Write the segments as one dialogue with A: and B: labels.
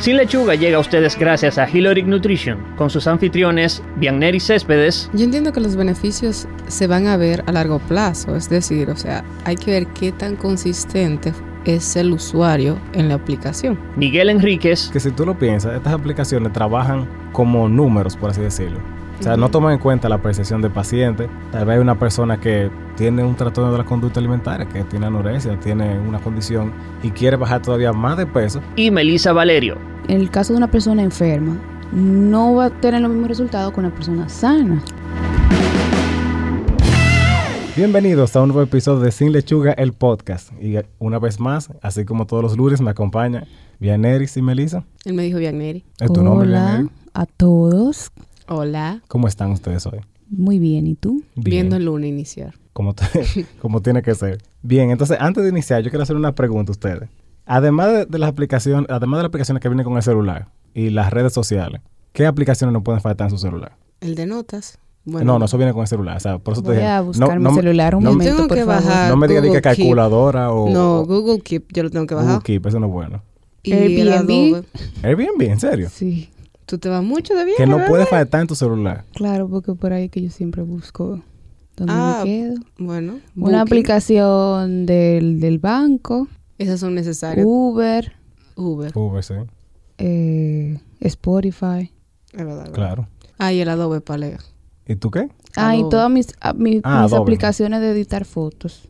A: Sin Lechuga llega a ustedes gracias a Hiloric Nutrition, con sus anfitriones Bianeri Céspedes.
B: Yo entiendo que los beneficios se van a ver a largo plazo, es decir, o sea, hay que ver qué tan consistente es el usuario en la aplicación.
A: Miguel Enríquez.
C: Que si tú lo piensas, estas aplicaciones trabajan como números, por así decirlo. O sea, no toman en cuenta la percepción del paciente. Tal vez hay una persona que tiene un trastorno de la conducta alimentaria, que tiene anorexia, tiene una condición y quiere bajar todavía más de peso.
A: Y Melissa Valerio.
D: En el caso de una persona enferma, no va a tener los mismos resultados con una persona sana.
C: Bienvenidos a un nuevo episodio de Sin Lechuga, el podcast. Y una vez más, así como todos los lunes, me acompaña Vianeris y Melissa.
B: Él me dijo Vianeri.
C: ¿Es tu nombre,
D: Hola
C: Vianeri?
D: a todos.
B: Hola.
C: ¿Cómo están ustedes hoy?
D: Muy bien, ¿y tú?
B: Viendo el lunes iniciar.
C: como, te- como tiene que ser. Bien, entonces antes de iniciar, yo quiero hacer una pregunta a ustedes. Además de, de las aplicaciones, además de las aplicaciones que vienen con el celular y las redes sociales, ¿qué aplicaciones no pueden faltar en su celular?
B: El de notas.
C: no, no, eso viene con el celular. O sea, por eso te
D: Voy
C: dije,
D: a
C: no-
D: buscar mi
C: no me-
D: celular un
C: no,
D: momento,
B: Tengo
D: por
B: que
D: favor.
B: bajar.
C: No me digas de que
B: Google Keep.
C: calculadora o,
B: No,
C: o-
B: Google Keep yo lo tengo que
C: Google
B: bajar.
C: Keep, eso no es bueno.
B: Y el
D: Airbnb.
B: Adobe.
C: Airbnb, en serio.
D: Sí,
B: Tú te vas mucho de bien.
C: Que no
B: ¿verdad?
C: puede faltar en tu celular.
D: claro, porque por ahí que yo siempre busco dónde
B: Ah,
D: me quedo.
B: Bueno. Booking.
D: Una aplicación del, del banco,
B: Esas son necesarias.
D: Uh. Uber,
B: Uber.
C: Uber, sí,
D: eh, Spotify.
B: Es verdad. es verdad.
C: claro.
B: Ah, y el Adobe Paleo.
C: ¿Y tú qué?
D: Ah, y
B: Adobe.
D: todas mis, a- mi-
C: Ah,
D: mis
C: Adobe.
D: aplicaciones de editar fotos.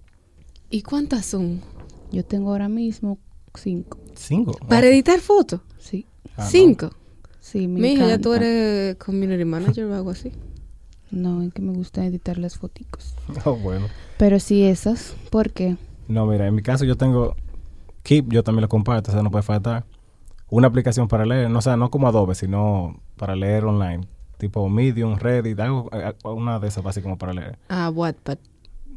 B: ¿Y cuántas son?
D: Yo tengo ahora mismo cinco.
C: Cinco.
B: Para editar fotos.
D: Sí,
C: Ah, no.
B: Cinco.
D: sí, me
B: Mi hija, ya tú
D: encanta.
B: eres community manager o algo así.
D: No, es que me gusta editar las foticos.
C: Oh, bueno.
D: Pero sí esas, porque
C: No, mira, en mi caso yo tengo Keep, yo también lo comparto, o sea, no puede faltar. Una aplicación para leer, no, o sea, no como Adobe, sino para leer online. Tipo Medium, Reddit, algo, a- a- una de esas así como para leer.
B: Ah, Wattpad.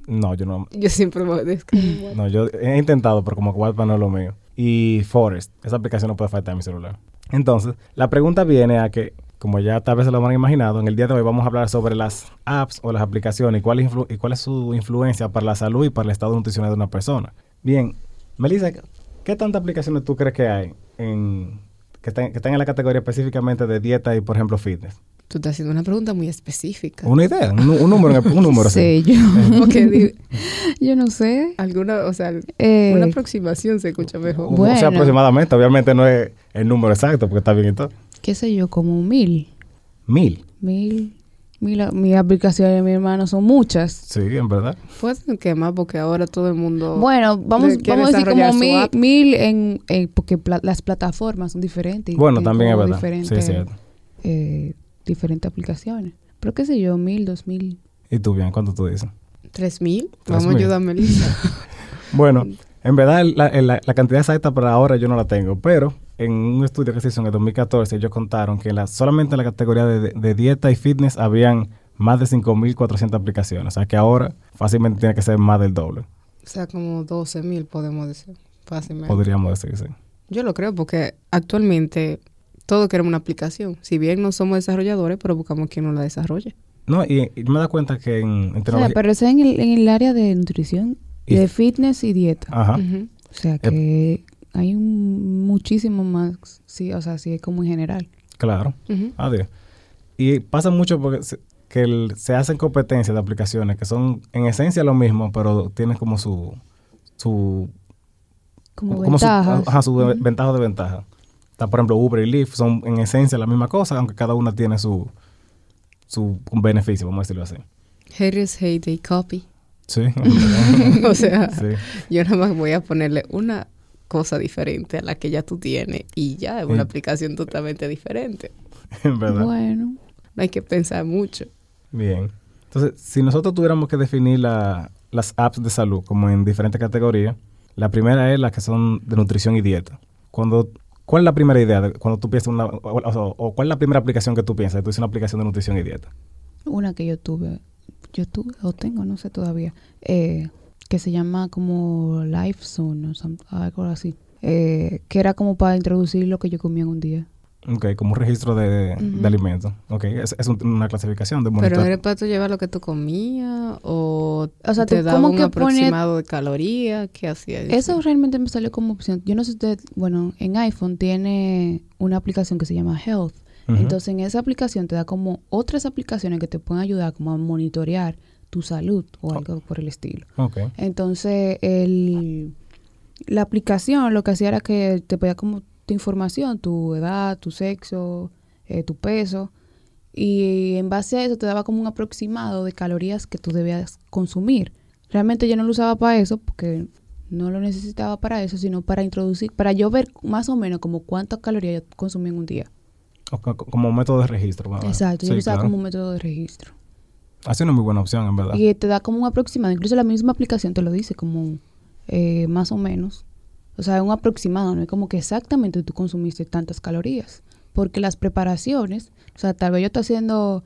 C: No, yo no,
B: Yo siempre me descargo.
C: no, yo he intentado, pero como que WhatsApp no es lo mío. Y Forest, esa aplicación no puede faltar en mi celular. Entonces, la pregunta viene a que, como ya tal vez se lo habrán imaginado, en el día de hoy vamos a hablar sobre las apps o las aplicaciones y cuál, influ- y cuál es su influencia para la salud y para el estado nutricional de una persona. Bien, Melissa, ¿qué tantas aplicaciones tú crees que hay en, que, están, que están en la categoría específicamente de dieta y, por ejemplo, fitness?
B: Tú estás haciendo una pregunta muy específica.
C: Una idea, un, nu- un número, un número.
D: sé
C: sí.
D: yo.
B: Porque di-
D: yo no sé.
B: alguna, o sea,
D: Eh,
B: una aproximación se
C: Oh.
B: escucha mejor.
C: O- O sea,
D: Bueno.
C: aproximadamente, obviamente no es el número exacto, porque está bien y todo.
D: qué sé yo, como mil.
C: Mil.
D: Mil. mil a- mis aplicaciones de mi hermano son muchas.
C: Sí, en verdad.
B: Puede que más porque ahora todo el mundo...
D: Bueno, vamos,
B: Le quiere
D: vamos a decir como
B: desarrollar su
D: mil,
B: app.
D: mil en, en- porque pla- las plataformas son diferentes. y
C: Bueno,
D: tienen
C: también es
D: como
C: verdad. Sí, es
D: diferentes,
C: cierto.
D: eh, diferentes aplicaciones. Pero qué sé yo, mil, dos mil.
C: ¿Y tú bien? ¿Cuánto tú dices?
B: ¿Tres mil?
C: Tres
B: Vamos a
C: mil.
B: ayudarme, Lisa.
C: Bueno, en verdad la, la- la cantidad exacta para ahora yo no la tengo, pero en un estudio que se hizo en el 2014 ellos contaron que en la, solamente en la categoría de, de dieta y fitness habían más de 5.400 aplicaciones, o sea que ahora fácilmente tiene que ser más del doble,
B: o sea, como doce mil podemos decir. Fácilmente.
C: podríamos decir, sí.
B: Yo lo creo porque actualmente todos queremos una aplicación. Si bien no somos desarrolladores, pero buscamos quien nos la desarrolle.
C: No, y, y me da cuenta que en, en
D: O sea,
C: tecnología...
D: pero eso es en el, en el área de nutrición,
C: Y- Ah, eh,
D: de fitness y dieta.
C: Ajá.
B: Ujú.
D: O sea que hay un muchísimo más, sí, o sea, sí es como en general.
C: Claro.
B: Ujú.
C: Adiós. Y pasa mucho porque se, que el- se hacen competencias de aplicaciones que son en esencia lo mismo, pero tienen como su su
D: Como,
C: su, ah,
D: ventajas.
C: ajá, su de- ventaja de ventaja. Está, por ejemplo, Uber y Lyft son en esencia la misma cosa, aunque cada una tiene su su beneficio, vamos a decirlo así.
B: Haters hate, they copy.
C: Sí.
B: o sea,
C: sí.
B: yo nada más voy a ponerle una cosa diferente a la que ya tú tienes y ya es
C: Sí.
B: una aplicación totalmente diferente.
C: En verdad.
D: Bueno,
B: No hay que pensar mucho.
C: Bien. Entonces, si nosotros tuviéramos que definir la- las apps de salud como en diferentes categorías, la primera es las que son de nutrición y dieta. Cuando, ¿Cuál es la primera idea de- cuando tú piensas una, o, o- o cuál es la primera aplicación que tú piensas? Tú dices una aplicación de nutrición y dieta.
D: una que yo tuve, yo tuve o tengo, no sé todavía, eh, que se llama como Life Zone o some- algo así, eh, que era como para introducir lo que yo comía en un día.
C: Ok, como un registro de, de
D: Ujú.
C: alimentos. Ok, es, es un- una clasificación de monitor.
B: Pero en el plato lleva lo que tú comías o,
D: O sea,
B: te
D: tú
B: da
D: como
B: un
D: que pone-
B: aproximado de calorías, ¿qué hacía?
D: Eso realmente me salió como opción. Yo no sé si usted, bueno, en iPhone tiene una aplicación que se llama Health.
C: Ujú.
D: Entonces en esa aplicación te da como otras aplicaciones que te pueden ayudar como a monitorear tu salud o algo por el estilo.
C: Ok.
D: Entonces, el, la aplicación lo que hacía era que te pedía como tu información, tu edad, tu sexo, eh, tu peso. Y en base a eso te daba como un aproximado de calorías que tú debías consumir. Realmente yo no lo usaba para eso porque no lo necesitaba para eso, sino para introducir, para yo ver más o menos como cuántas calorías yo consumí en un día.
C: O co- como método de registro. ¿verdad?
D: Exacto,
C: Ah,
D: yo
C: Sí,
D: lo usaba
C: claro. Ah,
D: como un método de registro.
C: Ha sido una muy buena opción, en verdad.
D: Y te da como un aproximado, incluso la misma aplicación te lo dice como eh, más o menos. O sea, un aproximado, no es como que exactamente tú consumiste tantas calorías. Porque las preparaciones, o sea, tal vez yo estoy haciendo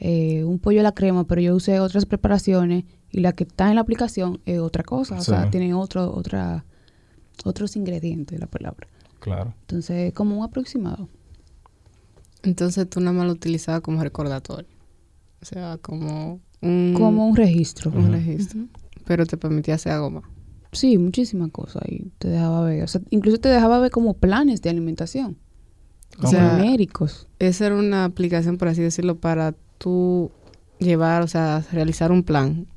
D: eh, un pollo a la crema, pero yo usé otras preparaciones y la que está en la aplicación es otra cosa. O sea,
C: Sí.
D: tiene otro, otra, otros ingredientes, la palabra.
C: Claro.
D: Entonces, como un aproximado.
B: Entonces tú nada más lo utilizabas como recordatorio. O sea, como
C: Mm.
B: un,
D: Como un registro.
B: un registro. Pero te permitía hacer algo más.
D: Sí, muchísimas cosas. Y te dejaba ver. O sea, incluso te dejaba ver como planes de alimentación.
B: O
C: Ok.
B: sea,
D: genéricos.
B: Esa era una aplicación, por así decirlo, para tú llevar, o sea, realizar un plan.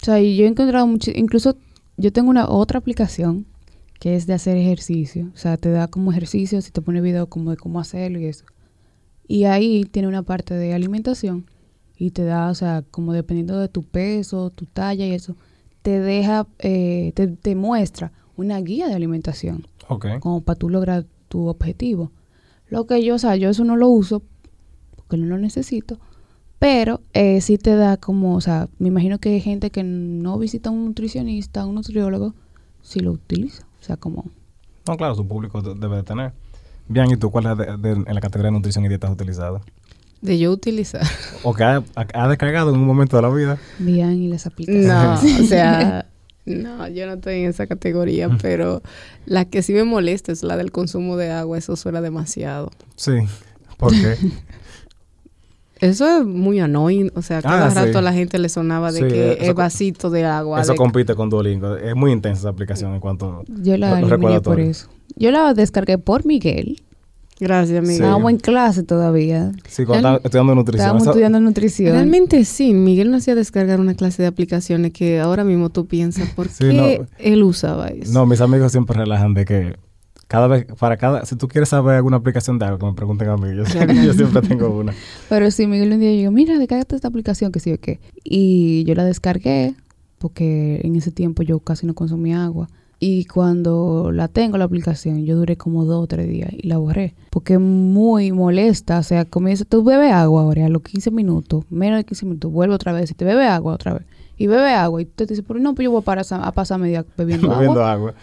D: O sea, y yo he encontrado mucho, incluso yo tengo una otra aplicación que es de hacer ejercicio. O sea, te da como ejercicios y te pone video como de cómo hacerlo y eso. Y ahí tiene una parte de alimentación y te da, o sea, como dependiendo de tu peso, tu talla y eso, te deja, eh, te, te muestra una guía de alimentación.
C: Ok.
D: como para tú lograr tu objetivo. Lo que yo, o sea, yo eso no lo uso porque no lo necesito, pero eh, sí te da como, o sea, me imagino que hay gente que no visita a un nutricionista, a un nutriólogo, si lo utiliza. O sea, como,
C: No, claro, su público de- debe de tener. Bien, ¿y tú cuál es de- de- en la categoría de nutrición y dietas utilizada?
B: De yo utilizar.
C: ¿O que ha, ha- ha descargado en un momento de la vida?
D: vean y las aplicaciones.
B: No, o sea, no, yo no estoy en esa categoría, pero la que sí me molesta es la del consumo de agua, eso suena demasiado.
C: Sí. ¿Por qué?
B: Eso es muy annoying, o sea, cada
C: Ah, sí.
B: rato a la gente le sonaba de
C: Sí,
B: que
C: eso
B: el
C: co-
B: vasito de agua.
C: Eso
B: de-
C: compite con Duolingo. Es muy intensa esa aplicación en cuanto...
D: Yo
C: Lo-
D: la
C: lo
D: eliminé por
C: recordatorio.
D: eso. Yo la descargué por Miguel.
B: Gracias,
C: Sí.
B: Miguel.
D: Estábamos en clase todavía.
C: Sí, cuando estaba estudiando nutrición.
D: Estábamos
C: eso-
D: estudiando nutrición.
B: Realmente sí, Miguel nos hacía descargar una clase de aplicaciones que ahora mismo tú piensas, ¿por
C: Sí,
B: qué
D: Eh,
C: no.
B: él usaba eso?
C: No, mis amigos siempre relajan de que cada vez, para cada, si tú quieres saber alguna aplicación de algo, que me pregunten a mí, yo, siempre- yo siempre tengo una.
D: Pero sí, Miguel un día digo, mira, descargaste esta aplicación, que sí o qué. Y yo la descargué porque en ese tiempo yo casi no consumía agua. Y cuando la tengo la aplicación, yo duré como dos o tres días y la borré. Porque es muy molesta. O sea, comienza, tú bebes agua ahora a los 15 minutos, menos de 15 minutos, vuelve otra vez y te bebe agua otra vez. Y bebe agua. Y tú te dices, pero no, pues yo voy a, parar esa- a pasar media bebiendo agua.
C: bebiendo agua.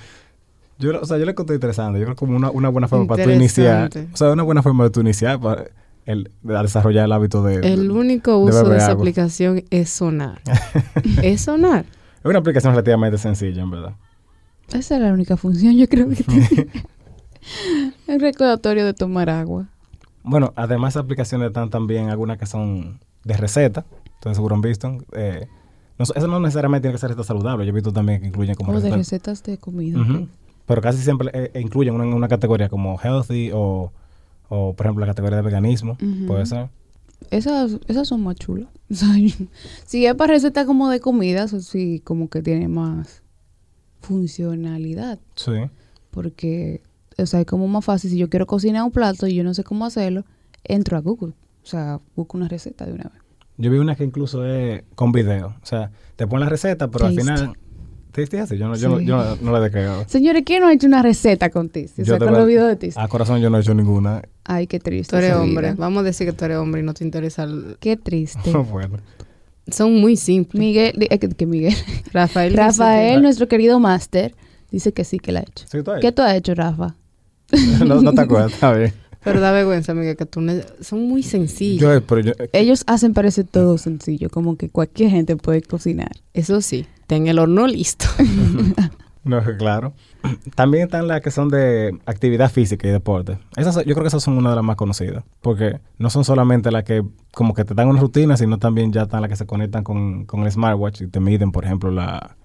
C: Yo, lo- o sea, yo lo encontré interesante. Yo creo como una, una buena forma para tú iniciar.
B: Interesante.
C: O sea, una buena forma de tú iniciar para el, de desarrollar el hábito de...
B: El
C: eh, de-
B: único
C: de
B: uso de
C: beber
B: esa
C: agua.
B: aplicación es sonar. es sonar.
C: Es una aplicación relativamente sencilla, en verdad.
D: Esa era la única función, yo creo que tiene. El recordatorio de tomar agua.
C: Bueno, además esas aplicaciones están también algunas que son de receta. Entonces seguro han visto. eh, no, eso no necesariamente tiene que ser receta saludable. Yo he visto también que incluyen como
D: o de
C: receta-
D: recetas de comida.
C: Ujú. Pero casi siempre eh, incluyen una, una categoría como healthy o, o, por ejemplo, la categoría de veganismo.
B: Ujú.
C: Puede ser.
D: Esas, esas son más chulas. O sea, yo- si es para receta como de comidas, o sí, como que tiene más funcionalidad.
C: Sí.
D: Porque, o sea, es como más fácil. Si yo quiero cocinar un plato y yo no sé cómo hacerlo, entro a Google. O sea, busco una receta de una vez.
C: Yo vi una que incluso es con video. O sea, te ponen la receta, pero
D: Tasty.
C: al final. ¿Tasty es así? Yo no, yo, no-
D: Sí.
C: yo no, no la he descargado.
D: Señores, ¿quién no ha hecho una receta con Tiz? O
C: Ah. Yo Ah.
D: sea,
C: de
D: con
C: verdad-
D: los videos de Tiz.
C: A corazón yo no he hecho ninguna.
D: Ay, qué triste.
B: Tú eres
D: esa
B: hombre.
D: vida.
B: Vamos a decir que tú eres hombre y no te interesa. el-
D: Qué triste.
C: bueno.
B: Son muy simples.
D: Miguel, di- eh, que- que Miguel.
B: Rafael. dice
D: Rafael,
B: que-
D: nuestro querido máster, dice que sí que la ha hecho.
C: Sí, tú has
D: ¿Qué tú has hecho, Rafa?
C: hecho. no, no te acuerdas, está bien.
B: Pero da vergüenza, Miguel, que tú no- son muy sencillos.
C: Yo, he- pero yo,
D: Ellos hacen parecer todo sencillo, como que cualquier gente puede cocinar.
B: Eso sí, ten el horno listo.
C: No, claro. También están las que son de actividad física y deporte. Esas, yo creo que esas son una de las más conocidas. Porque no son solamente las que como que te dan una rutina, sino también ya están las que se conectan con, con el smartwatch y te miden, por ejemplo, la,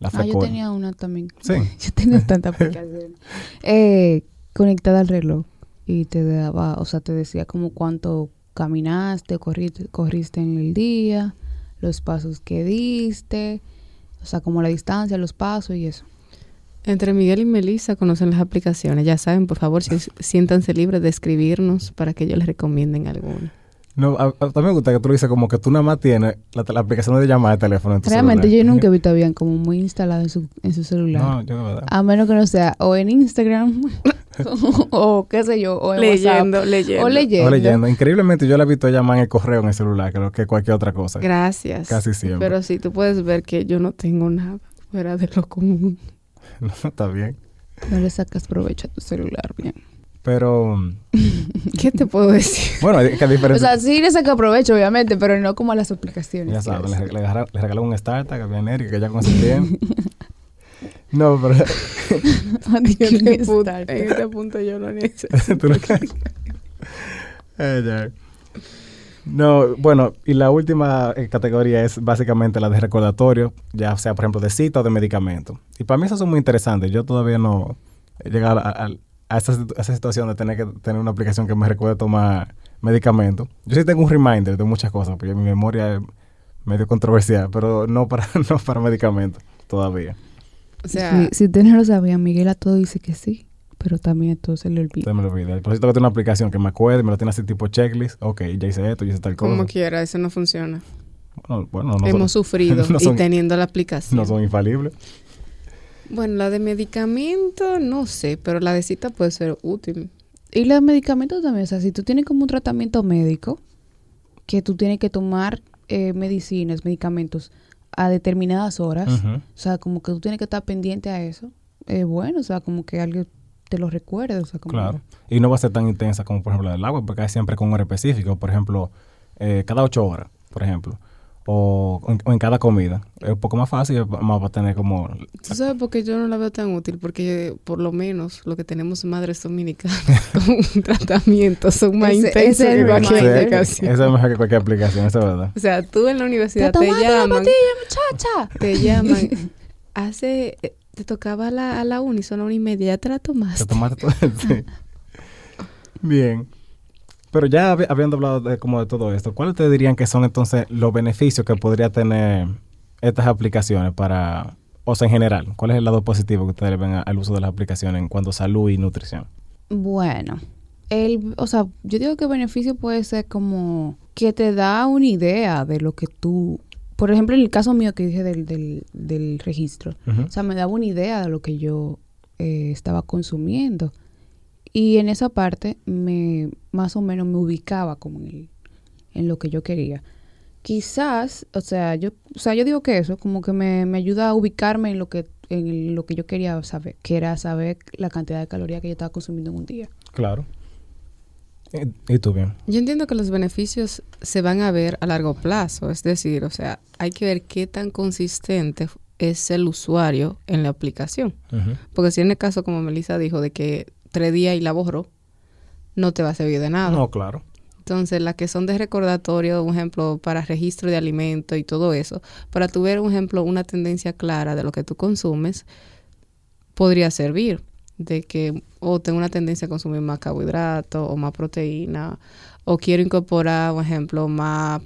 C: la
D: Ah, yo
C: frecu-
D: tenía una también.
C: Sí.
D: Yo tenía tanta aplicación. Eh, conectada al reloj y te daba, o sea, te decía como cuánto caminaste, corriste, corriste en el día, los pasos que diste, o sea, como la distancia, los pasos y eso.
B: Entre Miguel y Melissa conocen las aplicaciones. Ya saben, por favor, si- siéntanse libres de escribirnos para que ellos les recomienden alguna.
C: No, a- a- también me gusta que tú lo dices como que tú nada más tienes la, la aplicación de llamada de teléfono en tu
D: Realmente yo
C: celular.
D: nunca vi todavía como muy instalado en su, en su celular.
C: No, yo de verdad.
D: A menos que no sea o en Instagram o qué sé yo, o en WhatsApp.
B: leyendo.
D: O leyendo.
C: O leyendo. Increíblemente yo la he visto llamar en el correo en el celular, creo que cualquier otra cosa.
B: Gracias.
C: Casi siempre.
B: Pero sí, tú puedes ver que yo no tengo nada fuera de lo común.
C: No, está bien.
D: No le sacas provecho a tu celular, bien.
C: Pero, mm,
B: ¿Qué te puedo decir?
C: bueno, es que a
D: o
C: diferencia...
D: sea, sí le saca provecho, obviamente, pero no como a las aplicaciones.
C: ya
D: quiero
C: sabes, le,
D: decir.
C: regalaron un startup que viene Eric, que ya consentía. no, pero...
D: Yo
B: En
D: qué
B: este punto-
D: puta-
B: en este punto yo no necesito.
C: Tú no- Ay, ya. No, bueno, y la última eh, categoría es básicamente la de recordatorio, ya sea, por ejemplo, de cita o de medicamento. Y para mí esas son muy interesantes. Yo todavía no he llegado a, a- a esa, situ- a esa situación de tener que tener una aplicación que me recuerde tomar medicamento. Yo sí tengo un reminder de muchas cosas, porque mi memoria es medio controversial, pero no para, no para medicamentos todavía.
B: O sea,
D: si, si ustedes no lo sabían, Miguel a todo dice que sí, pero también a todo se le olvida.
C: Entonces me lo olvidé. Por eso tengo que tener una aplicación que me acuerde, me lo tiene así tipo checklist. Ok, ya hice esto, ya hice tal cosa.
B: como quiera, eso no funciona.
C: Bueno, bueno, no,
B: Hemos
C: son,
B: sufrido
C: no son-
B: y teniendo la aplicación.
C: no son infalibles.
B: Bueno, la de medicamento, no sé, pero la de cita puede ser útil.
D: Y los medicamentos también, o sea, si tú tienes como un tratamiento médico, que tú tienes que tomar eh, medicinas, medicamentos a determinadas horas,
C: Ujú.
D: o sea, como que tú tienes que estar pendiente a eso, eh, bueno, o sea, como que alguien te lo recuerde, o sea, como...
C: Claro. Y no va a ser tan intensa como, por ejemplo, la del agua, porque hay siempre con un hora específico. Por ejemplo, eh, cada ocho horas, por ejemplo. O en, o en cada comida. Es un poco más fácil, es más va a tener como...
B: ¿Tú sabes por qué yo no la veo tan útil? Porque eh, por lo menos lo que tenemos madres dominicanas con un tratamiento son más
D: Ese-
B: intensos
D: ese es
B: que
D: el
B: cualquier
D: reminder.
B: aplicación.
C: Esa es mejor que cualquier aplicación, esa es verdad.
B: O sea, tú en la
D: ¡Te
B: universidad te
D: tomaste la
B: llaman,
D: pastilla, muchacha!
B: te llaman. Hace, eh, te tocaba a la, a la uni, son la una y media, ya te la
C: Te
B: tomaste.
C: tomaste todo. sí. Bien. Pero ya habi- habiendo hablado de, como de todo esto, ¿cuáles te dirían que son entonces los beneficios que podría tener estas aplicaciones para, o sea, en general? ¿Cuál es el lado positivo que ustedes le ven a- al uso de las aplicaciones en cuanto a salud y nutrición?
D: Bueno, el, o sea, yo digo que beneficio puede ser como que te da una idea de lo que tú, por ejemplo, en el caso mío que dije del, del, del registro, o sea, me daba una idea de lo que yo eh, estaba consumiendo. Y en esa parte me más o menos me ubicaba como en, el- en lo que yo quería. Quizás, o sea, yo, o sea, yo digo que eso como que me, me ayuda a ubicarme en lo que en lo que yo quería saber, que era saber la cantidad de calorías que yo estaba consumiendo en un día.
C: Claro. ¿Y, y tú bien?
B: Yo entiendo que los beneficios se van a ver a largo plazo, es decir, o sea, hay que ver qué tan consistente es el usuario en la aplicación.
C: Ujú.
B: Porque si en el caso, como Melissa dijo, de que tres días y la borro, no te va a servir de nada.
C: No, claro.
B: Entonces, las que son de recordatorio, un ejemplo, para registro de alimentos y todo eso, para tu ver, un ejemplo, una tendencia clara de lo que tú consumes, podría servir de que o tengo una tendencia a consumir más carbohidratos o más proteína o quiero incorporar, por ejemplo, más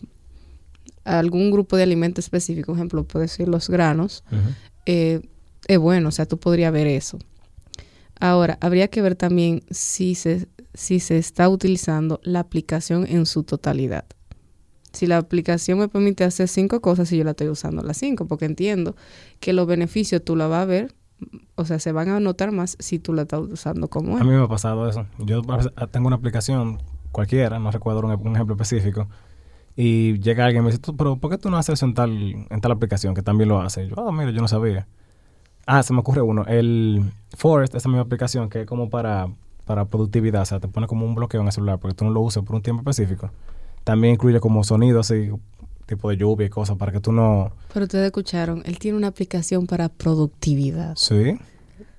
B: algún grupo de alimentos específico, por ejemplo, puede ser los granos,
C: Ujú.
B: eh, es bueno, o sea, tú podrías ver eso. Ahora, habría que ver también si se, si se está utilizando la aplicación en su totalidad. Si la aplicación me permite hacer cinco cosas y yo la estoy usando las cinco, porque entiendo que los beneficios tú la vas a ver, o sea, se van a notar más si tú la estás usando como
C: A
B: es.
C: mí me ha pasado eso. Yo a veces ah, tengo una aplicación cualquiera, no recuerdo un, un ejemplo específico, y llega alguien y me dice, "Tú, pero ¿por qué tú no haces eso en tal, en tal aplicación que también lo hace? Yo, ah, mira, yo no sabía. Ah, se me ocurre uno. El Forest, esa misma aplicación que es como para, para productividad, o sea, te pone como un bloqueo en el celular porque tú no lo usas por un tiempo específico. También incluye como sonidos así tipo de lluvia y cosas para que tú no...
B: Pero ustedes escucharon, él tiene una aplicación para productividad.
C: Sí.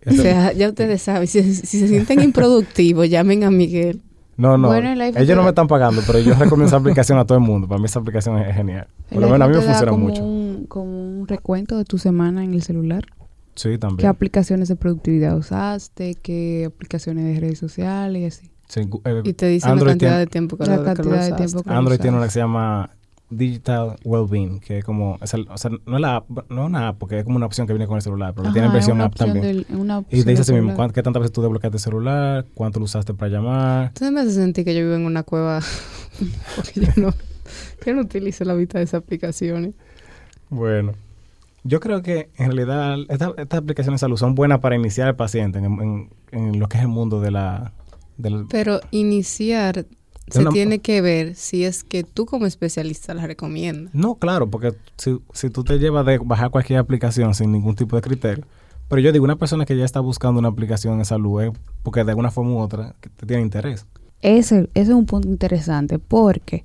B: O sea, ya ustedes saben, si, si se sienten improductivos, llamen a Miguel.
C: No, no.
D: Bueno, el iPhone
C: Ellos
D: te
C: no
D: da-
C: me están pagando, pero yo recomiendo esa aplicación a todo el mundo. Para mí esa aplicación es genial. Por lo
D: El
C: menos a
D: iPhone
C: mí me
D: te
C: funciona
D: da como
C: mucho.
D: Un, como un recuento de tu semana en el celular.
C: Sí,
D: ¿Qué
C: también.
D: aplicaciones de productividad usaste? ¿Qué aplicaciones de redes sociales y así?
C: Sí, gu- eh,
B: Y te dicen
C: Android
B: la cantidad
C: tiene- Ah,
B: de tiempo que
D: La
B: lo- que lo
D: cantidad de
B: usaste.
D: tiempo que-
C: Android tiene
D: usas.
C: una que se llama Digital Wellbeing, que es como, o sea, o sea, no es la app, no es una app, porque es como una opción que viene con el celular, pero tiene
D: Ajá, es
C: versión
D: una
C: app
D: opción
C: también.
D: del- una
C: Y
D: opción
C: te dice
D: del
C: así mismo,
D: celular.
C: ¿cuán- ¿qué tantas veces tú desbloqueaste el celular? ¿Cuánto lo usaste para llamar?
B: Entonces me hace sentir que yo vivo en una cueva porque yo no, yo no utilizo la mitad de ¿eh? esas aplicaciones.
C: Bueno, yo creo que en realidad esta- estas aplicaciones de salud son buenas para iniciar al paciente en, en- en lo que es el mundo de la... del-
B: Pero iniciar se
C: una-
B: tiene que ver si es que tú como especialista la recomiendas.
C: No, claro, porque si, si tú te llevas de bajar cualquier aplicación sin ningún tipo de criterio, pero yo digo, una persona que ya está buscando una aplicación de salud es porque de alguna forma u otra que te tiene interés.
D: Ese, ese es un punto interesante porque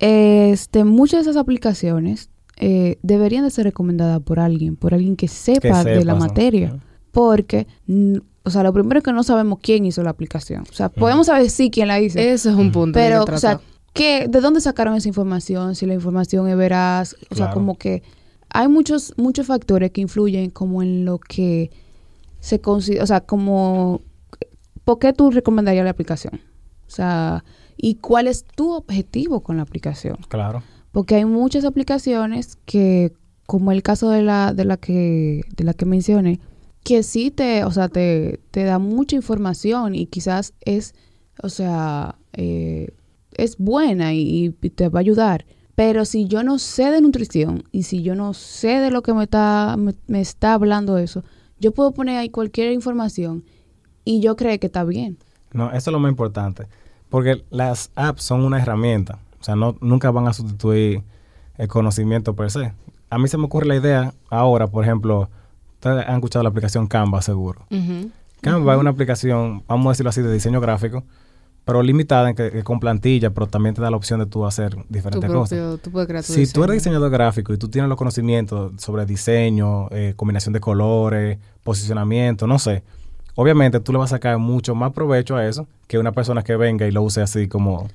D: este, muchas de esas aplicaciones eh, deberían de ser recomendadas por alguien, por alguien que sepa
C: Que
D: de la
C: sepas, ¿no?
D: materia.
C: Ujú.
D: Porque, mm, o sea, lo primero es que no sabemos quién hizo la aplicación. O sea, podemos saber sí quién la hizo.
B: Eso es un punto.
D: pero,
B: que
D: o sea, ¿qué, ¿de dónde sacaron esa información? Si la información es veraz. O sea,
C: Claro.
D: como que hay muchos, muchos factores que influyen como en lo que se considera, o sea, como, ¿por qué tú recomendarías la aplicación? O sea, ¿y cuál es tu objetivo con la aplicación?
C: Claro.
D: Porque hay muchas aplicaciones que, como el caso de la, de la que, de la que mencioné, que sí te, o sea, te, te da mucha información y quizás es, o sea, eh, es buena y, y te va a ayudar. Pero si yo no sé de nutrición y si yo no sé de lo que me está, me, me está hablando eso, yo puedo poner ahí cualquier información y yo creo que está bien.
C: No, eso es lo más importante. Porque las apps son una herramienta. O sea, no, nunca van a sustituir el conocimiento per se. A mí se me ocurre la idea ahora, por ejemplo, ustedes han escuchado la aplicación Canva, seguro.
B: Ujú.
C: Canva es una aplicación, vamos a decirlo así, de diseño gráfico, pero limitada en que, que con plantilla, pero también te da la opción de tú hacer
B: tu
C: diferentes cosas.
B: propio, tú puedes crear tu
C: Si tú eres
B: diseño.
C: diseñador gráfico y tú tienes los conocimientos sobre diseño, eh, combinación de colores, posicionamiento, no sé, obviamente tú le vas a sacar mucho más provecho a eso que una persona que venga y lo use así como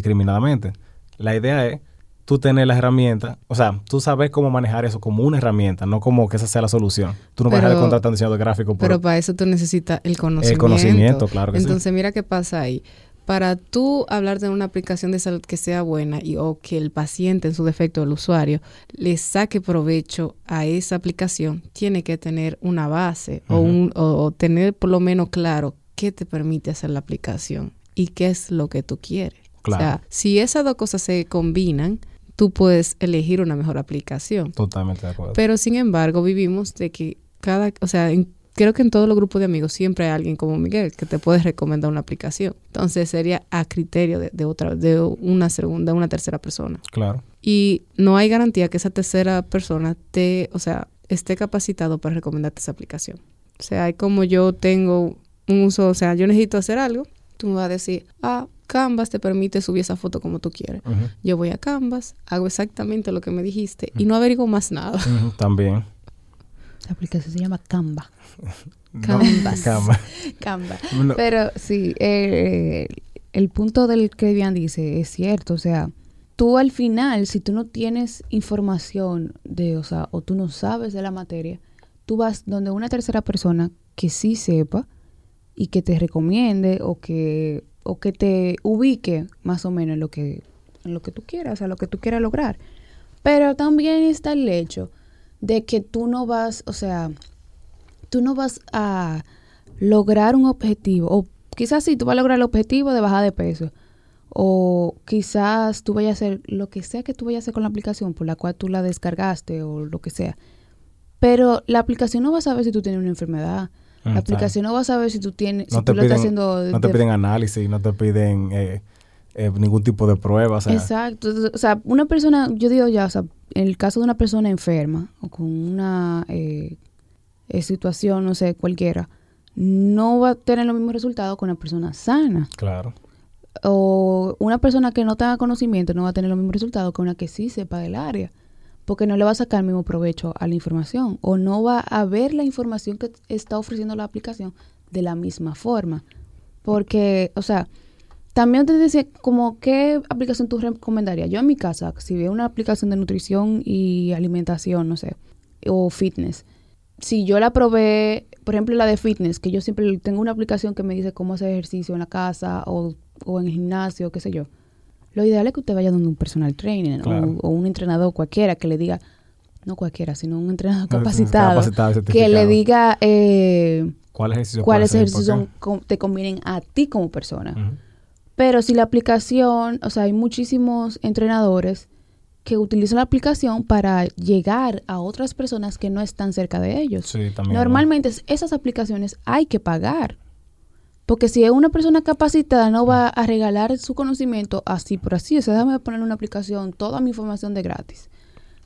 C: indiscriminadamente. La idea es tú tener las herramientas, o sea, tú sabes cómo manejar eso como una herramienta, no como que esa sea la solución. Tú no vas a dejar
B: Pero-
C: de contratar a un diseñador gráfico por...
B: Pero para eso tú necesitas el conocimiento.
C: conocimiento, claro que sí.
B: Entonces, mira qué pasa ahí. Para tú hablar de una aplicación de salud que sea buena y o que el paciente, en su defecto, el usuario, le saque provecho a esa aplicación, tiene que tener una base o,
C: Ujú.
B: un, o, o tener por lo menos claro qué te permite hacer la aplicación y qué es lo que tú quieres.
C: Claro.
B: O sea, si esas dos cosas se combinan, tú puedes elegir una mejor aplicación.
C: Totalmente de acuerdo.
B: Pero sin embargo, vivimos de que cada, o sea, en- creo que en todos los grupos de amigos siempre hay alguien como Miguel que te puede recomendar una aplicación. Entonces sería a criterio de, de otra, de una segunda, una tercera persona.
C: claro.
B: Y no hay garantía que esa tercera persona te, o sea, esté capacitado para recomendarte esa aplicación. O sea, hay como yo tengo un uso, o sea, yo necesito hacer algo, tú me vas a decir, ah, Canvas te permite subir esa foto como tú quieres.
C: Ujú.
B: Yo voy a Canvas, hago exactamente lo que me dijiste y no averiguo más nada.
C: Ujú, También.
D: La aplicación se llama Canva.
C: No,
B: Canvas.
C: Canva.
D: Canva.
C: Bueno,
D: Pero sí, eh, el punto del que Vivian dice es cierto, o sea, tú al final, si tú no tienes información de, o sea, o tú no sabes de la materia, tú vas donde una tercera persona que sí sepa y que te recomiende o que, o que te ubique más o menos en lo que, en lo que tú quieras, o sea, lo que tú quieras lograr. Pero también está el hecho de que tú no vas, o sea, tú no vas a lograr un objetivo, o quizás sí, tú vas a lograr el objetivo de bajar de peso, o quizás tú vayas a hacer lo que sea que tú vayas a hacer con la aplicación por la cual tú la descargaste o lo que sea. Pero la aplicación no va a saber si tú tienes una enfermedad.
C: Mm,
D: La aplicación no va a saber si tú tienes, si
C: no
D: tú
C: te,
D: lo estás
C: piden,
D: haciendo.
C: no te
D: de-
C: piden análisis, no te piden eh, eh, ningún tipo de pruebas. O sea,
D: Exacto. O sea, una persona, yo digo ya, o sea, en el caso de una persona enferma o con una eh, eh, situación, no sé, cualquiera, no va a tener los mismos resultados con una persona sana.
C: Claro.
D: o una persona que no tenga conocimiento no va a tener los mismos resultados que una que sí sepa del área, porque no le va a sacar el mismo provecho a la información o no va a ver la información que está ofreciendo la aplicación de la misma forma. Porque, o sea, también te dice como qué aplicación tú recomendarías. Yo en mi casa, si veo una aplicación de nutrición y alimentación, no sé, o fitness, si yo la probé, por ejemplo, la de fitness, que yo siempre tengo una aplicación que me dice cómo hacer ejercicio en la casa o, o en el gimnasio, qué sé yo. Lo ideal es que usted vaya donde un personal trainer
C: Claro.
D: o, o un entrenador cualquiera que le diga, no cualquiera, sino un entrenador
C: que
D: capacitado,
C: capacitado y
D: que
C: certificado.
D: le diga eh,
C: ¿Cuáles ejercicios puedes
D: cuáles
C: hacer y
D: ejercicios
C: por
D: son- con- te convienen a ti como persona.
C: qué? Ujú.
D: Pero si la aplicación, o sea, hay muchísimos entrenadores que utilizan la aplicación para llegar a otras personas que no están cerca de ellos.
C: Sí, también. ¿no?
D: Normalmente es- esas aplicaciones hay que pagar. Porque si es una persona capacitada no va a regalar su conocimiento así por así. O sea, déjame poner una aplicación, toda mi información de gratis.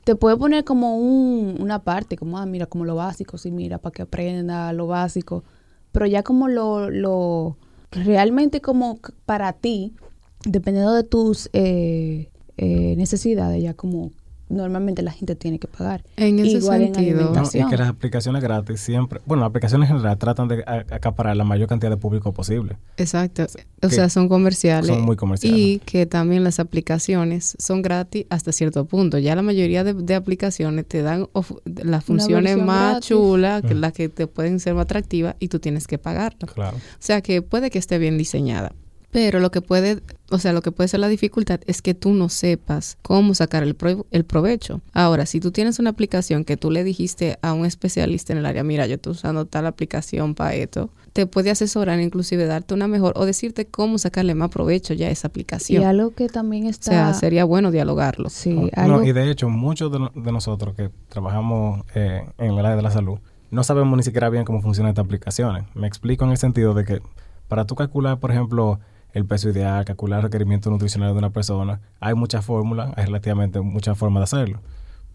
D: Te puede poner como un- una parte, como, ah, mira, como lo básico, sí, mira, para que aprenda lo básico. Pero ya como lo, lo realmente como c- para ti, dependiendo de tus eh, eh, necesidades, ya como normalmente la gente tiene que pagar.
B: En ese
D: Igual en
B: sentido,
C: No,
D: alimentación.
C: y que las aplicaciones gratis siempre, bueno, las aplicaciones en general tratan de a- acaparar la mayor cantidad de público posible.
B: exacto. O
C: que
B: sea, son comerciales.
C: son muy comerciales.
B: Y que también las aplicaciones son gratis hasta cierto punto. Ya la mayoría de, de aplicaciones te dan of- las funciones
D: versión
B: más
D: gratis.
B: chulas, que
C: Mm.
B: las que te pueden ser más atractivas y tú tienes que pagarla.
C: Claro.
B: O sea que puede que esté bien diseñada. Pero lo que puede, o sea, lo que puede ser la dificultad es que tú no sepas cómo sacar el, pro- el provecho. Ahora, si tú tienes una aplicación que tú le dijiste a un especialista en el área, mira, yo estoy usando tal aplicación para esto, te puede asesorar, inclusive darte una mejor o decirte cómo sacarle más provecho ya a esa
D: Y
B: aplicación.
D: algo que también
B: o
D: está...
B: sea, sería bueno dialogarlo.
D: Sí,
C: No,
D: algo,
C: y de hecho, muchos de, no- de nosotros que trabajamos eh, en el área de la salud, no sabemos ni siquiera bien cómo funcionan estas aplicaciones. Me explico en el sentido de que para tú calcular, por ejemplo, el peso ideal, calcular requerimientos nutricionales de una persona, hay muchas fórmulas, hay relativamente muchas formas de hacerlo.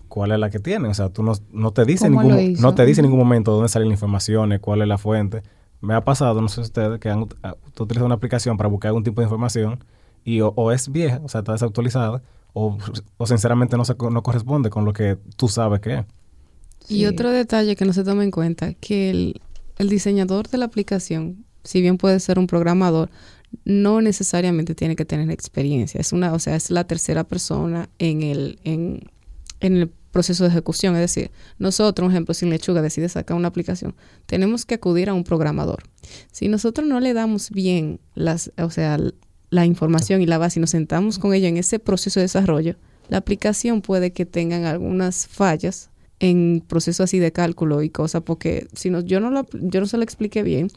C: ¿Cuál es la que tiene? O sea, tú no, no te dice en
D: ¿Cómo
C: ningún,
D: lo
C: mo-
D: hizo?
C: no te dice en
D: Ujú.
C: ningún momento dónde salen las informaciones, cuál es la fuente. Me ha pasado, no sé ustedes, que han ut- ah, utilizado una aplicación para buscar algún tipo de información y o, o es vieja, o sea, está desactualizada, o, o sinceramente no, se co- no corresponde con lo que tú sabes que es.
D: sí.
B: Y otro detalle que no se toma en cuenta, que el, el diseñador de la aplicación, si bien puede ser un programador, no necesariamente tiene que tener experiencia. Es una, o sea, es la tercera persona en el, en, en el proceso de ejecución. Es decir, nosotros, un ejemplo, sin lechuga decide sacar una aplicación, tenemos que acudir a un programador. Si nosotros no le damos bien las, o sea, l- la información y la base y nos sentamos con ella en ese proceso de desarrollo, la aplicación puede que tengan algunas fallas en proceso así de cálculo y cosas, porque si no, yo no lo, yo no se lo expliqué bien,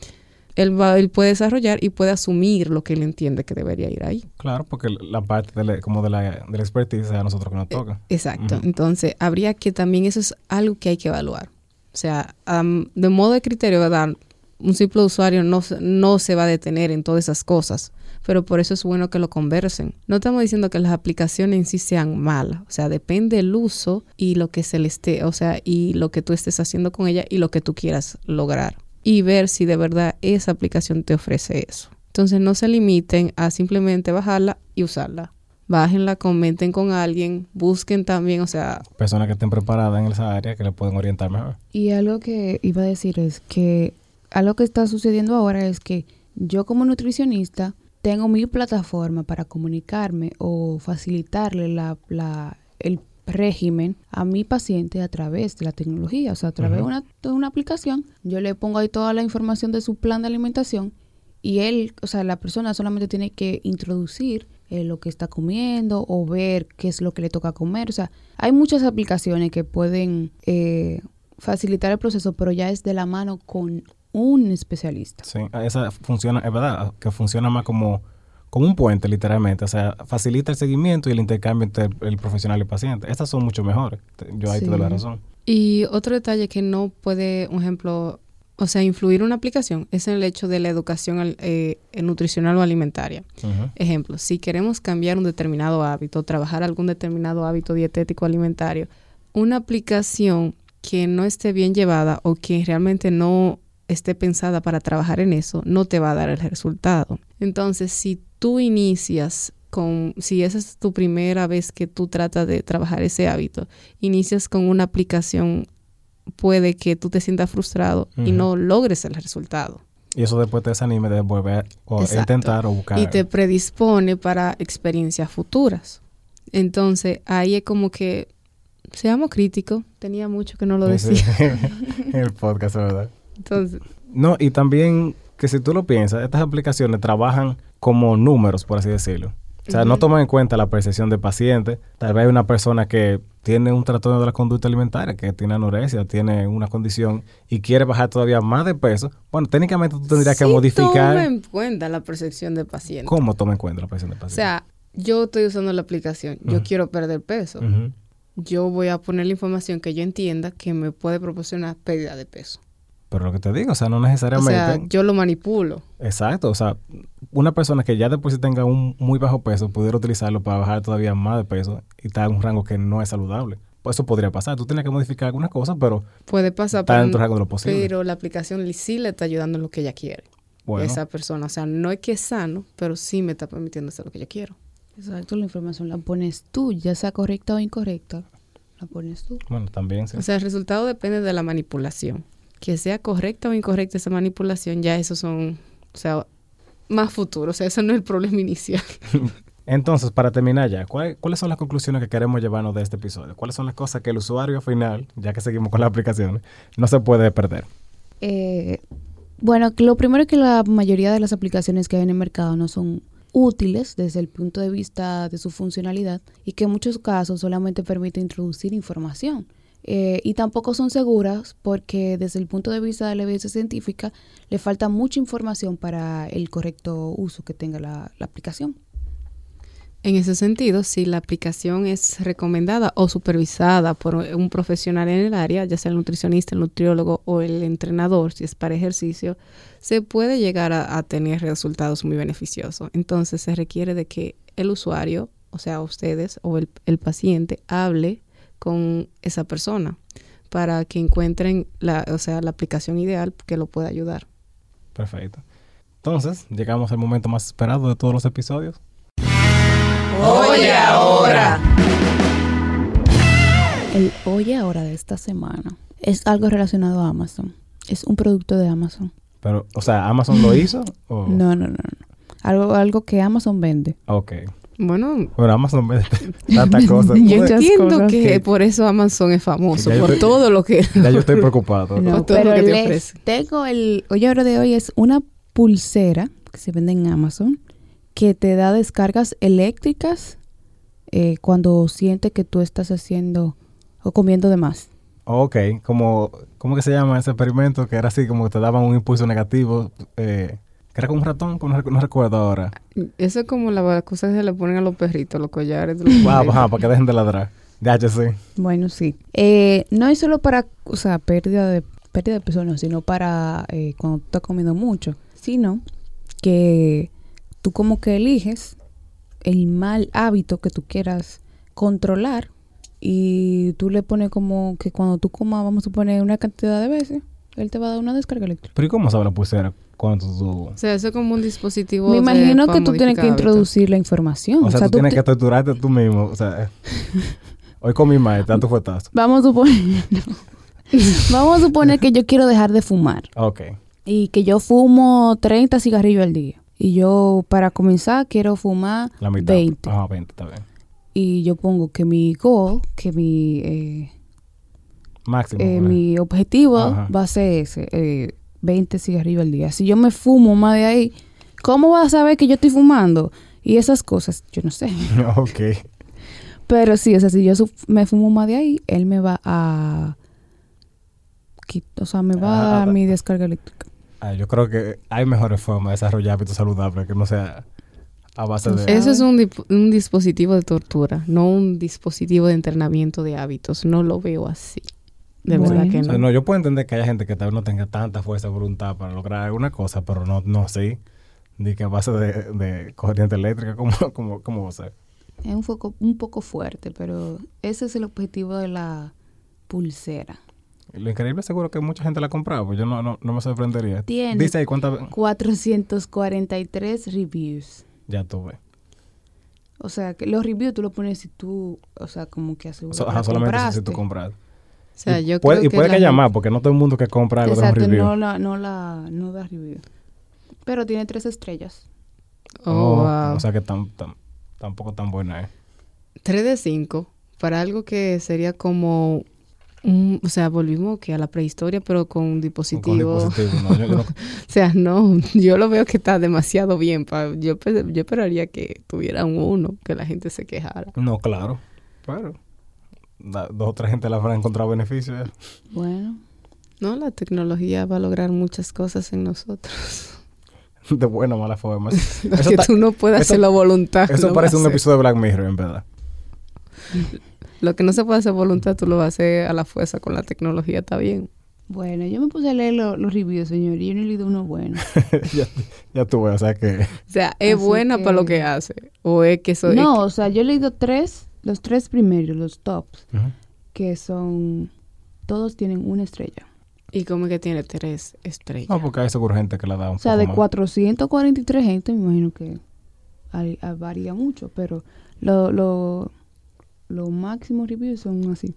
B: él va, él puede desarrollar y puede asumir lo que él entiende que debería ir ahí.
C: Claro, porque la parte de la- como de la, de la expertise es a nosotros
D: Eh.
C: que nos toca.
B: Exacto.
C: Ujú.
B: Entonces, habría que también eso es algo que hay que evaluar. O sea, am, de modo de criterio, ¿verdad? Un simple usuario no, se- no se va a detener en todas esas cosas, pero por eso es bueno que lo conversen. No estamos diciendo que las aplicaciones en sí sean malas, o sea, depende el uso y lo que se le esté, o sea, y lo que tú estés haciendo con ella y lo que tú quieras lograr y ver si de verdad esa aplicación te ofrece eso. Entonces, no se limiten a simplemente bajarla y usarla bájenla, comenten con alguien, busquen también, o sea,
C: Personas que estén preparadas en esa área que le pueden orientar mejor.
D: Y algo que iba a decir es que algo que está sucediendo ahora es que yo como nutricionista tengo mi plataforma para comunicarme o facilitarle la, la- el régimen a mi paciente a través de la tecnología, o sea, a través
C: Ujú.
D: de, una, de una aplicación. Yo le pongo ahí toda la información de su plan de alimentación y él, o sea, la persona solamente tiene que introducir eh, lo que está comiendo o ver qué es lo que le toca comer. O sea, hay muchas aplicaciones que pueden eh, facilitar el proceso, pero ya es de la mano con un especialista.
C: Sí, esa funciona, es verdad, que funciona más como, como un puente, literalmente. O sea, facilita el seguimiento y el intercambio entre el, el profesional y el paciente. Estas son mucho mejores. Te- Yo ahí te doy la
D: Sí.
C: razón.
B: y otro detalle que no puede, un ejemplo, o sea, influir una aplicación es el hecho de la educación al- eh, nutricional o alimentaria.
C: Ujú.
B: Ejemplo, si queremos cambiar un determinado hábito, trabajar algún determinado hábito dietético alimentario, una aplicación que no esté bien llevada o que realmente no esté pensada para trabajar en eso, no te va a dar el resultado. Entonces, si tú inicias con, si esa es tu primera vez que tú tratas de trabajar ese hábito, inicias con una aplicación, puede que tú te sientas frustrado y
C: Ujú.
B: no logres el resultado.
C: Y eso después te desanime de volver o
B: Exacto.
C: intentar o buscar.
B: Y te predispone para experiencias futuras. Entonces, ahí es como que, seamos críticos, tenía mucho que no lo
C: Ese-
B: decía.
C: el podcast, la ¿verdad?
B: Entonces,
C: No, y también que si tú lo piensas, estas aplicaciones trabajan como números, por así decirlo. O sea, no toman en cuenta la percepción del paciente. Tal vez hay una persona que tiene un trastorno de la conducta alimentaria, que tiene anorexia, tiene una condición y quiere bajar todavía más de peso. Bueno, técnicamente tú tendrías que
B: sí
C: modificar
B: Toma en cuenta la percepción del paciente.
C: cómo toma en cuenta la percepción del
B: O
C: paciente.
B: sea, yo estoy usando la aplicación, yo
C: Ujú.
B: quiero perder peso.
C: Ujú.
B: Yo voy a poner la información que yo entienda que me puede proporcionar pérdida de peso.
C: Pero lo que te digo, o sea, no
B: O
C: necesariamente.
B: sea, yo lo manipulo.
C: Exacto, o sea, una persona que ya después tenga un muy bajo peso, pudiera utilizarlo para bajar todavía más de peso y estar en un rango que no es saludable. Pues eso podría pasar. Tú tienes que modificar algunas cosas, pero
B: Puede pasar
C: está dentro del rango de lo posible.
B: Pero la aplicación sí le está ayudando en lo que ella quiere.
C: bueno,
B: Esa persona. O sea, no es que es sano, pero sí me está permitiendo hacer lo que yo quiero.
D: Exacto, la información la pones tú, ya sea correcta o incorrecta, la pones tú.
C: bueno, también sí.
B: O sea, el resultado depende de la manipulación. Que sea correcta o incorrecta esa manipulación, ya esos son, o sea, más futuro. O sea, ese no es el problema inicial.
C: Entonces, para terminar ya, ¿cuál- ¿cuáles son las conclusiones que queremos llevarnos de este episodio? ¿Cuáles son las cosas que el usuario final, ya que seguimos con las aplicaciones, no se puede perder?
D: Eh, bueno, que lo primero es que la mayoría de las aplicaciones que hay en el mercado no son útiles desde el punto de vista de su funcionalidad y que en muchos casos solamente permite introducir información. Eh, y tampoco son seguras porque desde el punto de vista de la evidencia científica le falta mucha información para el correcto uso que tenga la, la aplicación.
B: En ese sentido, si la aplicación es recomendada o supervisada por un profesional en el área, ya sea el nutricionista, el nutriólogo o el entrenador, si es para ejercicio, se puede llegar a, a tener resultados muy beneficiosos. Entonces, se requiere de que el usuario, o sea, ustedes o el, el paciente, hable con esa persona para que encuentren la, o sea, la aplicación ideal que lo pueda ayudar.
C: Perfecto. Entonces, llegamos al momento más esperado de todos los episodios.
E: Oye ahora.
D: El hoy ahora de esta semana es algo relacionado a Amazon. Es un producto de Amazon.
C: Pero, o sea, ¿Amazon lo hizo? O...
D: No, no, no. no. Algo, algo que Amazon vende.
C: Ok.
B: Bueno,
C: Bueno, Amazon vende tanta cosa.
D: Yo
C: Bueno,
D: Muchas
B: entiendo
D: cosas
B: que,
C: que-
B: por eso Amazon es famoso,
C: Ya yo
B: por
C: estoy-
B: todo lo que...
C: Ya yo estoy preocupado.
B: No.
D: No,
B: todo lo
D: pero
B: que te
D: les
B: ofrece.
D: tengo el hoy ahora de hoy es una pulsera que se vende en Amazon que te da descargas eléctricas eh, cuando siente que tú estás haciendo o comiendo de más.
C: Ok, como, ¿cómo que se llama ese experimento? Que era así, como que te daban un impulso negativo. eh, que era como un ratón, como no, rec- no recuerdo ahora.
B: Eso es como las cosas que se le ponen a los perritos, los collares. de los
C: Wow,
B: perritos.
C: ajá, para que dejen de ladrar. Ya, yo sí.
D: Bueno, sí. Eh, no es solo para, o sea, pérdida de, pérdida de peso, no, sino para eh, cuando tú estás comiendo mucho, sino que tú como que eliges el mal hábito que tú quieras controlar y tú le pones como que cuando tú comas, vamos a poner una cantidad de veces, él te va a dar una descarga eléctrica.
C: Pero ¿y cómo sabe la pulsera cuánto tú...?
B: O sea, eso es como un dispositivo.
D: Me
B: de-
D: imagino
B: para
D: que tú tienes que
B: modificar
D: introducir la información.
C: O sea, tú
D: tú
C: tienes
D: te-
C: que torturarte tú mismo. O sea, eh, hoy comí mal, tanto fuetazo.
D: Vamos a suponer... no. Vamos a suponer que yo quiero dejar de fumar.
C: Ok.
D: y que yo fumo 30 cigarrillos al día. Y yo, para comenzar, quiero fumar
C: La mitad.
D: 20.
C: Ajá, 20, está bien.
D: Y yo pongo que mi goal, que mi, eh,
C: Máximo.
D: eh,
C: ¿verdad?
D: mi objetivo
C: Ajá.
D: va a ser ese, eh, 20 cigarrillos al día. Si yo me fumo más de ahí, ¿cómo vas a saber que yo estoy fumando? Y esas cosas, yo no sé.
C: ok.
D: Pero sí, o sea, si yo su- me fumo más de ahí, él me va a... qui- O sea, me va
C: Ah,
D: a dar
C: da-
D: mi descarga eléctrica.
C: Ah, yo creo que hay mejores formas de desarrollar hábitos saludables que no sea a base
D: No
C: de...
D: sé.
B: Eso es un, dip- un dispositivo de tortura, no un dispositivo de entrenamiento de hábitos. No lo veo así. De verdad
D: Bueno.
B: que
C: O sea,
B: no.
C: no, yo puedo entender que haya gente que tal vez no tenga tanta fuerza de voluntad para lograr alguna cosa, pero no, no así. Ni que a base de, de corriente eléctrica, como, como, como vos sabés.
D: Es un poco, un poco fuerte, pero ese es el objetivo de la pulsera.
C: Lo increíble es seguro que mucha gente la ha comprado, pues yo no, no, no me sorprendería.
D: Tiene.
C: Dice ahí cuántas...
D: 443 reviews.
C: Ya tú ves.
D: O sea, que los reviews tú los pones si tú, o sea, como que aseguras.
C: So- ajá,
D: la
C: solamente si-
D: compraste.
C: si tú compras. O
B: O sea, yo
C: y puede,
B: creo
C: y puede
B: la
C: que haya
B: gente-
C: más, porque no todo el mundo que compra algo de un
D: Exacto,
C: review.
D: no la, no la, no da review. Pero tiene tres estrellas.
B: Oh, wow.
C: O sea que tam- tam- tampoco tan buena, ¿eh?
B: 3 de 5 para algo que sería como un- o sea, volvimos que a la prehistoria, pero con un
C: Con
B: dispositivo.
C: dispositivo, no, yo creo
B: O sea, no, yo lo veo que está demasiado bien. pa- yo, pe- yo esperaría que tuviera un uno, que la gente se quejara.
C: que- no, claro. Claro. La- dos o tres gente la habrá encontrado eh. beneficios.
D: Bueno.
B: No, la tecnología va a lograr muchas cosas en nosotros.
C: De buena o mala forma. Eso,
B: Lo que
C: está-
B: tú no puedas
C: eso-
B: hacer la voluntad.
C: eso
B: lo
C: parece
B: vas
C: un
B: a hacer.
C: episodio de Black Mirror, en verdad.
B: Lo que no se puede hacer voluntad, tú lo vas a hacer a la fuerza con la tecnología, está bien.
D: Bueno, yo me puse a leer lo- los reviews, señor, y yo no he leído uno bueno.
C: ya, ya tú ves, o sea que.
B: O sea, es
D: Así
B: buena
D: que-
B: para lo que hace. O es que eso es
D: no, o sea, yo he leído tres, los tres primeros, los tops, que son, todos tienen una estrella.
B: Y como que tiene tres estrellas.
C: No, porque hay seguro gente que la da un
D: O sea,
C: poco
D: de
C: más.
D: 443 gente, me imagino que hay- ah, varía mucho, pero lo, lo, lo máximo reviews son así.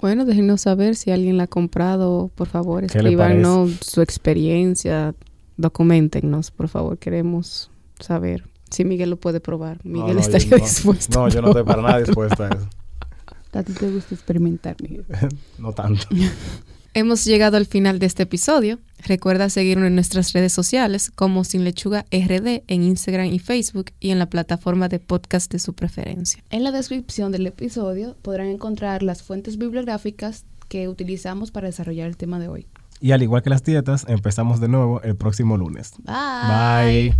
B: Bueno, déjenos saber si alguien la ha comprado. Por favor,
C: ¿Qué le parece?
B: escríbanos su experiencia. Documentennos, por favor. Queremos saber si Miguel lo puede probar.
C: No,
B: Miguel
C: no, yo
B: estaría
C: no.
B: dispuesto.
C: No,
B: a
C: yo no estoy para nada
B: probarlo.
C: dispuesta a eso.
D: A ti te gusta experimentar, Miguel.
C: No tanto.
B: Hemos llegado al final de este episodio. Recuerda seguirnos en nuestras redes sociales como Sin Lechuga RD en Instagram y Facebook y en la plataforma de podcast de su preferencia.
D: En la descripción del episodio podrán encontrar las fuentes bibliográficas que utilizamos para desarrollar el tema de hoy.
C: Y al igual que las dietas, empezamos de nuevo el próximo lunes. Bye.